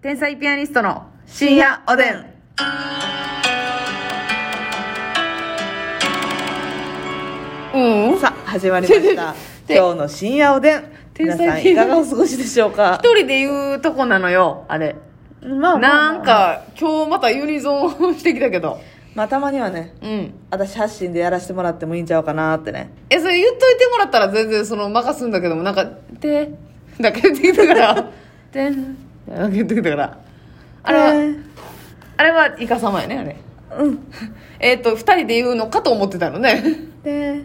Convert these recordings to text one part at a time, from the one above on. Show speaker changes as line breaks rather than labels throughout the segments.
天才ピアニストの深夜おでん。
うん
さあ、始まりま した。
で
今日の深夜おでん。
天
皆
才
さんいかがお過ごしでしょうか
一人で言うとこなのよ、あれ。
まあまあまあ
なん、か、今日またユニゾンしてきたけど。
まあたまにはね、
うん。
私発信でやらせてもらってもいいんちゃうかなってね。
え、それ言っといてもらったら全然その任すんだけども、なんか、て、だけ言ってきた から、てん、だけ言ってきたから。あれは、
えー
あれはイカ様やね、あれ。
うん。
えっ、と、二人で言うのかと思ってたのね。
で、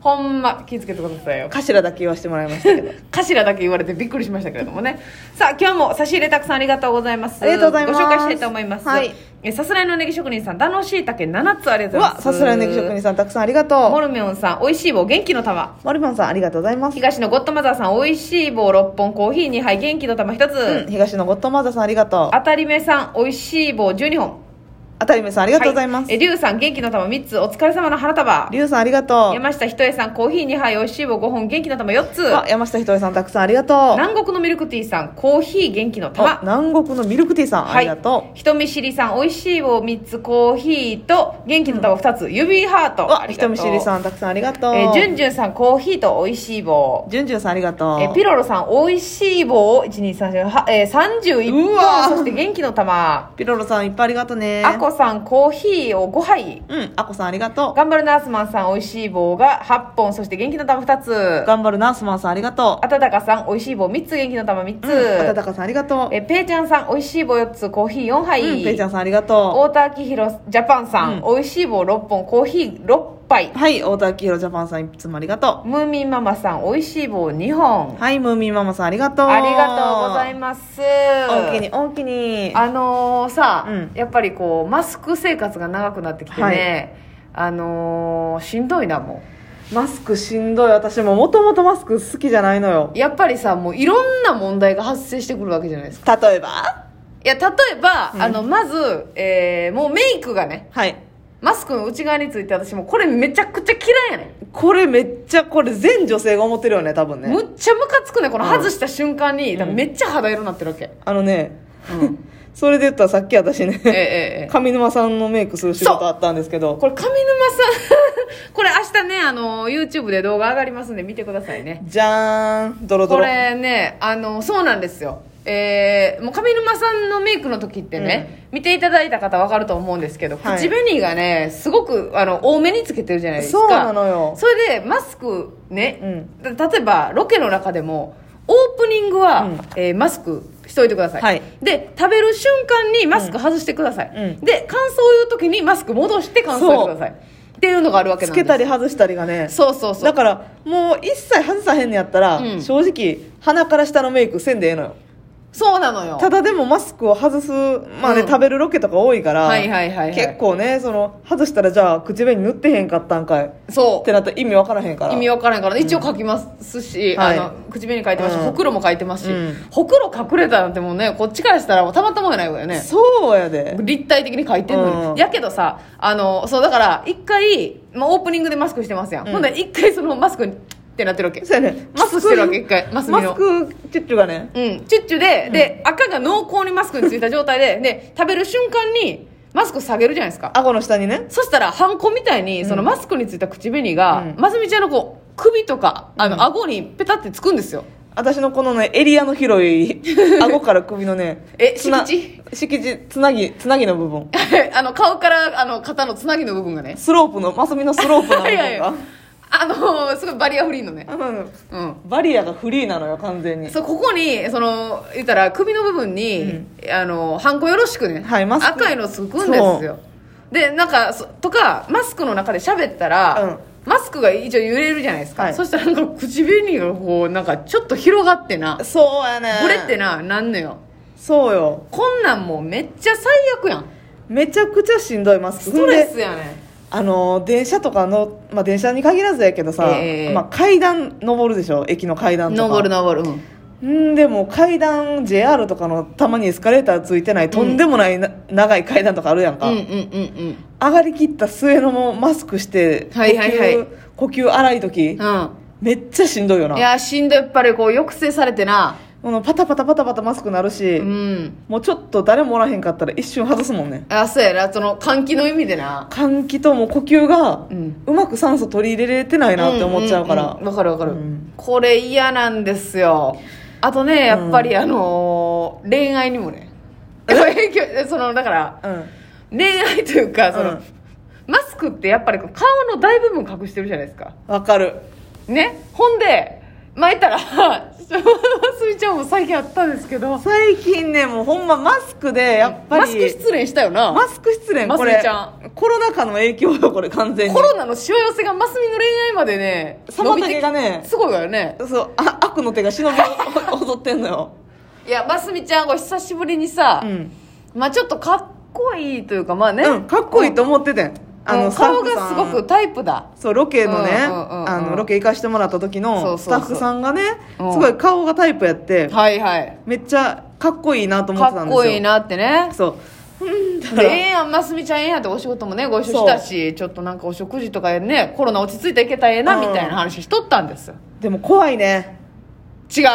ほんま、気ぃつけてくださいよ。
頭だけ言わせてもらいましたけど。
頭だけ言われてびっくりしましたけれどもねさあ今日も差し入れたくさんありがとうございます
ありがとうございます
ご紹介したいと思います、
はい
えさすらいのネギ職人さん楽しいたけ7つありが
う
とうございま
わ、
す
さすらいの職人さんたくさんありが
モ
と
ルミョンさんおいしい棒元気の玉
う。マルモンさんありがとうございます。
東のゴッドマザーさんおいしい棒6本コーヒー2杯元気の玉1つ、
うん、東のゴッドマザーさんありがとう。
当たり目さんおいしい棒12本
あたりめさんあり
あ
がとうございます。
えりゅうさん元気の玉3つお疲れ様の花束
りゅうさんありがとう。
山下ひとえさんコーヒー2杯おいしい棒5本元気の玉4つ
あ山下ひとりさんたくさんありがとう。
南国のミルクティーさんコーヒー元気の
あ
玉
南国のミルクティーさんありがとう。
人見知りさん、美味しい棒3つ、コーヒーと、元気の玉2つ、指ハー
う
ト。
わ、人見知り
ん。
さんたくさんありがとう。
えー、じゅんじゅんさん、コーヒーと、美味しい棒。
じゅんじゅんさんありがとう。
えー、ピロロさん、美味しい棒を、1、2、3、4、はえー、31
うわ
本、そして元気の玉。
ピロロさんいっぱいありがとうね。
あこさん、コーヒーを5杯。
うん、あこさんありがと
頑張るナースマンさん、美味しい棒が8本、そして元気の玉2つ
う。。頑張るナースマンさんありがと
あたたかさん、美味しい棒3つ、元気の玉3
う。うん、あた
つ。
たかさんありがとう。
えー、ぺーちゃんさん、美味しい棒4つ、コーヒー4杯。
うん、ペイちゃんさんありがと
太田明宏ジャパンさん、美味しい棒6本コーヒー6杯
う。はい、太田明宏ジャパンさんいつもありがと
ムーミンママさん美味しい棒2本
う。はい、ムーミンママさんありがとう。
ありがとうござい
ま
ます
おおきに、おおきに。
あのーさ、
うん
やっぱりこうマスク生活が長くなってきてね、あのーしんどいなも
マスクしんどい。私ももともとマスク好きじゃないのよ
う。やっぱりさもういろんな問題が発生してくるわけじゃないですか
例えば
いや例えば、あのまず、えーもうメイクがね
はい。
マスクの内側について私もうこれめちゃくちゃ嫌いやねん
これめっちゃ、これ全女性が思ってるよね、多分ね。
むっちゃムカつくねこの
うん
外した瞬間
ん
に、だからめっちゃ肌色になってるわけ、
あのね、
うん、
それで言ったらさっき私
ええ
ね、
ええええ
上沼さんのメイクする仕事あったんですけど、
これ上沼さん これ明日ねあの YouTube で動画上がりますんで見てくださいね
じゃーん、ドロド
こ
ロ。
れねあのそうなんですよえーもう上沼さんのメイクの時ってね、見ていただいた方分かると思うんですけど、
はい
口紅がねすごくあの多めにつけてるじゃないですか
そうなのよ
それでマスクね、
う
例えばロケの中でもオープニングは、
うん
えーマスクしといてください、
はい
で食べる瞬間にマスク外してください、
うん
で感想を言う時にマスク戻して感想を言ってくださいっていうのがあるわけ
つ
なんです
けたり外したりがね。
そうそうそう
だから、もう一切外さへんのやったら、
うん
正直、鼻から下のメイクせんでええのよ。
そうなのよ
ただでもマスクを外す、まあね、
うん
食べるロケとか多いから、
はいはいはいはい
結構ね、その、外したらじゃあ、口紅塗ってへんかったんかい。っ
そう
てなったら意味わからへんから。
意味わからんから、一応書きますし、
はい
あの口紅書いてますし、
うん
ほくろも書いてますし、
うん
ほくろ隠れたなんてもうねこっちからしたらもうたまったもんやないわよね
そうやで。
立体的に書いてんのに、
うん
やけどさあのそうだから一回、まあ、オープニングでマスクしてますやん、
うん
ほんで一回そのマスクにってなってるわけ
そうやね。
マスクしてるわけ一回マスミ
マ
の
スクチュッチュがね、
うんチュッチュで、で赤が濃厚にマスクについた状態でで食べる瞬間にマスク下げるじゃないですか
顎の下にね。
そしたらハンコみたいにそのマスクについた口紅が、
うん
マスミちゃんのこう首とかあの、
うん
顎にペタってつくんですよ
私のこのね、エリアの広い、 顎から首のね、
え
つな
敷
敷地、つなぎ、つなぎの部分。
あの顔からあの肩のつなぎの部分がね
スロープの、マスミのスロープの部
いやい
分
や
が。
あのすごいバリアフリーのね
あの
うん
バリアがフリーなのよ、完全に。
そうここにその言ったら首の部分に、あのハンコよろしくね、
はいマスク
赤いのつくんですよでなんかそとかマスクの中で喋ったら、マスクが一応揺れるじゃないですか、
はい
そしたらなんか口紅がこうなんかちょっと広がってな
そうやね。
ブレってななんのよ
そうよ。
こんなんもうめっちゃ最悪やん
めちゃくちゃしんどいマスク。
ストレ
ほんで
スやね
あの、電車とかの、まあ、電車に限らずやけどさ、
ええ
まあ、階段登るでしょ、駅の階段とか。
登る登るうん
うんでも階段 JR とかのたまにエスカレーターついてないとんでもないな、長い階段とかあるやん
う
か、
んうんうん
上がりきった末のもマスクして呼吸,、
はいはいはい
呼吸荒い時、
うんうん
めっちゃしんどいよない
やしんどいやっぱりこう抑制されてな
このパタパタパタパタマスクなるし、
うん
もうちょっと誰もおらへんかったら一瞬外すもんね
あそうやなその換気の意味でな
換気ともう呼吸が
うん
うまく酸素取り入れれてないなって思っちゃうから、
んんんわかるわかる、
うん
これ嫌なんですよあとねやっぱり、あのー恋愛にもね影響 そのだから
うん
恋愛というかその、
うん
マスクってやっぱりこう顔の大部分隠してるじゃないですか
わかる
ねほんで巻いたら ますみちゃんも最近あったんですけど
最近ねもうほんまマスクでやっぱり
マスク失恋したよな
マスク失恋
マス
こ
ミ
れ
ちゃ
コロナ禍の影響よこれ完全に
コロナのしわ寄せがマスミの恋愛までね伸び
妨
て
げがね
すごいわよね
そうあ悪の手が忍び踊ってんのよ、
いやマスミちゃんこれ久しぶりにさ、
うん
まあちょっとかっこいいというかまあね、
うん、かっこいいと思っててん、あ
うん
の
顔
スタッ
が
フ
す
さ
ご
ん
くタイプだ
そうロケのね、
うんうんうんうん
あのロケ行かしてもらった時
そう
のス
そうそ
タ
う
ッフさんがね
うん
すごい顔がタイプやって、
はいはい
めっちゃかっこいいなと思って
か
た
っ
んですよ
こいいなってね
そう
でええやんますみちゃんええやんってお仕事もねご一緒したしちょっとなんかお食事とかねコロナ落ち着いていけたらええな
うん
みたいな話しとったんですよ
でも怖いね
違う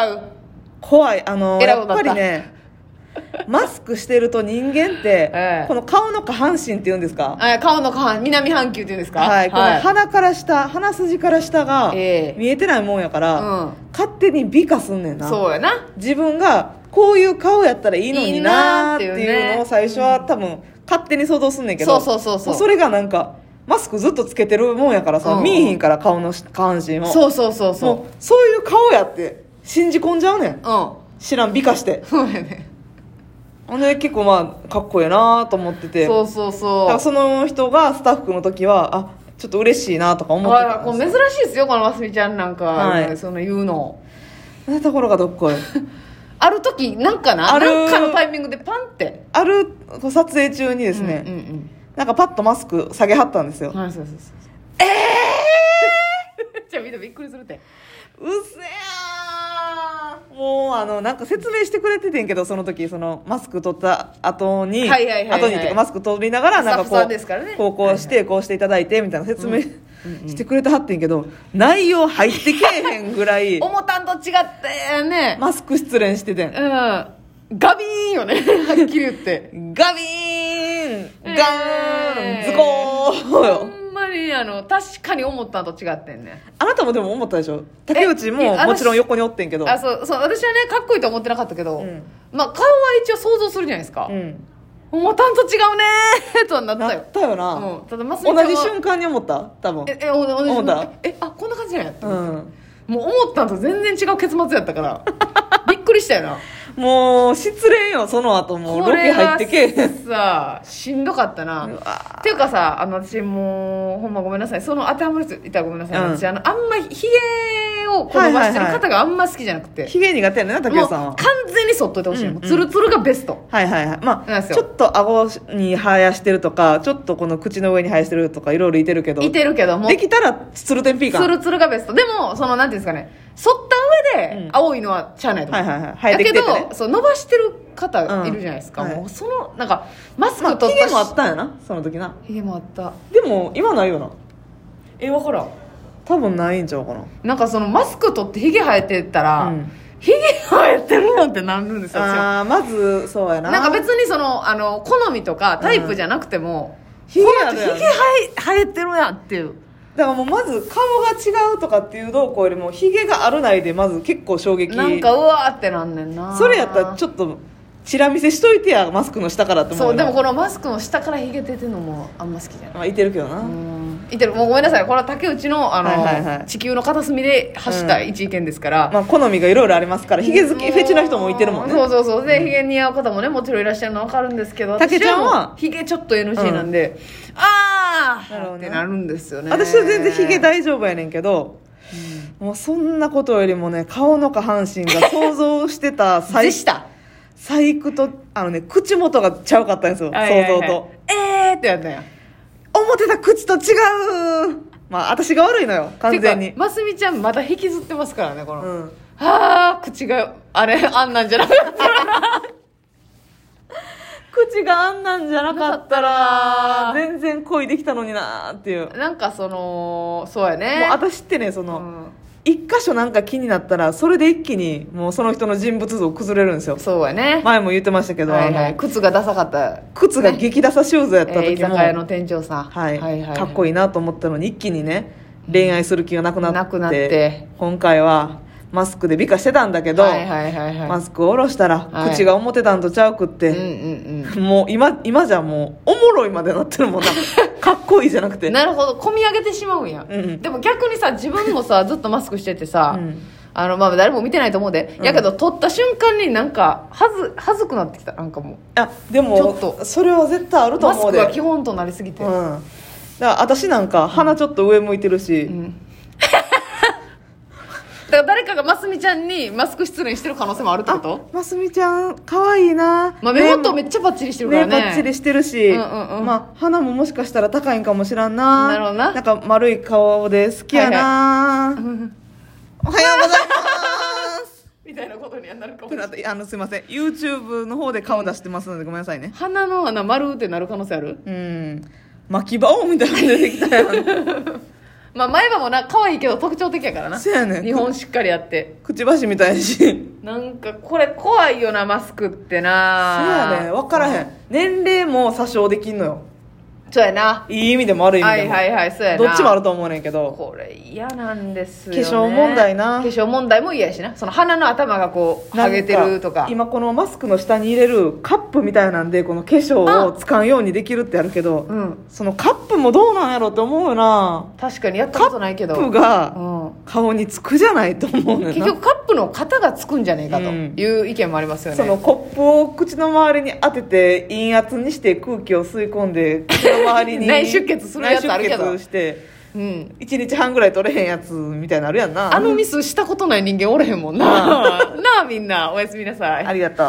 怖いあの
偉
や
いこ
っ
とだ
ぱ
った
りねマスクしてると人間って、
ええ
この顔の下半身っていうんですか
あ顔の下半南半球っていうんですか
はい、この鼻から下鼻筋から下が見
ええ
えてないもんやから、
うん
勝手に美化すんねんな
そうやな
自分がこういう顔やったらいいのになーって
いいなーってい
いうう
ね
のを最初は多分勝手に想像すんねんけど
そうそうそうそう
もそれがなんかマスクずっとつけてるもんやからさ、
うん
見えへんから顔の下半身を
そうそうそうそ
もうそういう顔やって信じ込んじゃうねん
ううん
知らん美化して
そうやね
ほんで結構まあかっこええなーと思ってて
そうそう
だ
そ
から
う
その人がスタッフの時はあちょっと嬉しいなとか思って
あ
た
ら
ん
こう
です
珍しいですよこのますみちゃんなんか、
はい
その言うの
あなたところがどっこい
ある時なんかな
ある
なんかのタイミングでパンって
あるこう撮影中にですね、
うんうん
なんかパッとマスク下げはったんですよ
うんはいそうそうそうそうええー、じゃあ みんなびっくりするって
うっせーもうあのなんか説明してくれててんけどその時そのマスク取った後に
はいはいはいはい
後にっていうかマスク取りながらなんか
スタッフ
こ
さ
うん
ですからね
こうこうして、こうしていただいてみたいな説明、してくれてはってんけど内容入ってけえへんぐらい
思ったんと違ってね、
マスク失恋しててん
うんガビーンよねはっきり言って
ガビーンガーン、
え
ズコーン
ほ
よ
んまにあの確かに思ったんと違ってんね
あなたもでも思ったでしょ竹内
えい
も
やあの
もちろん横におってんけど
あそうそう私はねかっこいいと思ってなかったけど、
ん
まあ顔は一応想像するじゃないですか
う、ん
思ったんと違うねーとはなった
な
よ
ったよな、
うん、ただま
同じ瞬間に思った多分
ええお同じ
思った
えあこんな感じなんやって、
うん
もう思ったんと全然違う結末やったから びっくりしたよな
もう失恋よその後もうロケ入ってけえへ ん
これはさしんどかったな
うわ
っていうかさあの私もうほんまごめんなさいその当てはまる人いたらごめんなさい、
うん
私あのあんまひげをこう伸ばしてる
はいはいはい
方があんま好きじゃなくて、
ひげ苦手やねんな竹
も
内
う
さんは
完全に剃っといてほし
う
い、
んうん
もうツルツルがベスト
はいはいはいま
なん
あ
ですよ
ちょっと顎に生やしてるとかちょっとこの口の上に生やしてるとかいろいろいてるけど
いてるけども
できたらツルテンピーか
ツルツルがベストでもそのなんていうんですかね剃った上
う
で
ん
青いのはしゃあないと思う、
はいはいはい生えてきて
だ
て
け
ね
どそう伸ばしてる方いるじゃないですか、
うんはい
もうそのなんかマス
まあ
ク取
ひ
った
げ
し
もあったんやなその時な
ひげもあった
でも今ないよな
えわからん
多分ないんちゃうかな
なんかそのマスク取ってひげ生えてったら、
うん
ひげ生えてるなんてなるんですよ私は
あーまずそうやな
なんか別にそのあの好みとかタイプじゃなくても、
ひげ
この
ある
人ひ
や
げ
ん
生え生えてるやんっていう
だからもうまず顔が違うとかっていう動向よりもひげがあるないでまず結構衝撃
なんかうわーってなんねんな
それやったらち
ょっ
ょっとチラ見せしといてやマスクの下からって思う
そ
よ
う
な
でもこのマスクの下からひげ出てるのもあんま好きじゃない
まあいてるけどな、
いてるもうごめんなさいこれは竹内のあの、
はいはいはい
地球の片隅で発した一意見ですから、
まあ好みがいろいろありますからひげ好き
もう
フェチな人もいてるもん
そ
ね
うそうそうでひげ似合う方もねもちろんいらっしゃるのは分かるんですけど
竹ちゃんは
ひげちょっと NG なんで、あ
なるほ
あ
ど
っ
ね
てなるんですよね
私は全然ひげ大丈夫やねんけど、もうそんなことよりもね顔の下半身が想像してた
で
細
した
細工とあのね口元がちゃうかったんですよ、
はいはいはい
想像と
えーってやったんや
思ってた口と違うまあ私が悪いのよ完全
て
に
かますみちゃんまだ引きずってますからねこの、
うん
ああ口があれ あんなんじゃなかったら
口があんなんじゃなかった
なかったら
ら全然恋できたのになーっていうもう
なんかそのそうやね
私ってねそうの、
ん
一箇所なんか気になったらそれで一気にもうその人の人物像崩れるんですよ
そうやね、
前も言ってましたけど、
はいは
あ
い、
の
靴がダサかった
靴が激ダサシューズやった時も、
えー居酒屋の店長さん、
はいかっこいいなと思ったのに一気にね恋愛する気がなくなって
なくなって
今回はマスクで美化してたんだけど、
はいはいはいはい、
マスクを下ろしたら
はい
口が思ってたんとちゃうくっ
うんう
て、
ん
もう今今じゃもうおもろいまでなって るもんなかっこいいじゃなく
う
て
んなるほど込み上げてしまうんや、
うんうん
でも逆にさ自分もさずっとマスクしててさ、
うん
あのまあ誰も見てないと思うで、やけど取った瞬間になんかはずはずくなってきたなんかも
あで
ちょ
も
っと
それは絶対ある
う
と
マス
思う
ク
で
が基本となりすぎて、
うん、だから私なんか鼻ちょっと上向いてるし、
うん だから誰かがますみちゃんにマスク失恋してる可能性もあるってこ
あ
と
ますみちゃん可愛いな、
まあ、目元めっちゃバッチリしてるから
目
ね
パッチリしてるし、
うんうんうん
まあ、鼻ももしかしたら高いんかもしらんな
なるほどなん
か丸い顔で好きやな、おはようございます
みたいなことにはなるかも
ってなってあのすいません YouTube の方で顔出してますのでごめんなさいね
鼻の穴丸ってなる可能性ある
うん巻き場王みたいなの出てきたやん
まあ前歯もな可愛いけど特徴的やからな
そうやねん
日本しっかりあって
くちばしみたいやし
なんかこれ怖いよなマスクって
そう
な
やね分からへん年齢も詐称できんのよ
そうやない
い意味でも悪い意味
は
で
い
も、
はいはいそうやな
どっちもあると思うねんけど
これ嫌なんですよ、ね、
化粧問題な
化粧問題も嫌やしなその鼻の頭がこう
なん
ハげてるとか
今このマスクの下に入れるカップみたいなんでこの化粧を使うようにできるってあるけど、
うん
そのカップもどうなんやろって思うよな
確かにやったことないけ
カ
ど
ップ
う
が
ん
顔につくじゃないと思うねん
結
な
局カップの型がつくんじゃねえかという意見もありますよね、
そのコップを口の周りに当てて陰圧にして空気を吸い込んで口の周りに
内出血するやつあるけど
内出血して
うん、
1日半ぐらい取れへんやつみたいなのあるやんな
あのミスしたことない人間おれへんもんななあみんなおやすみなさい
ありがとう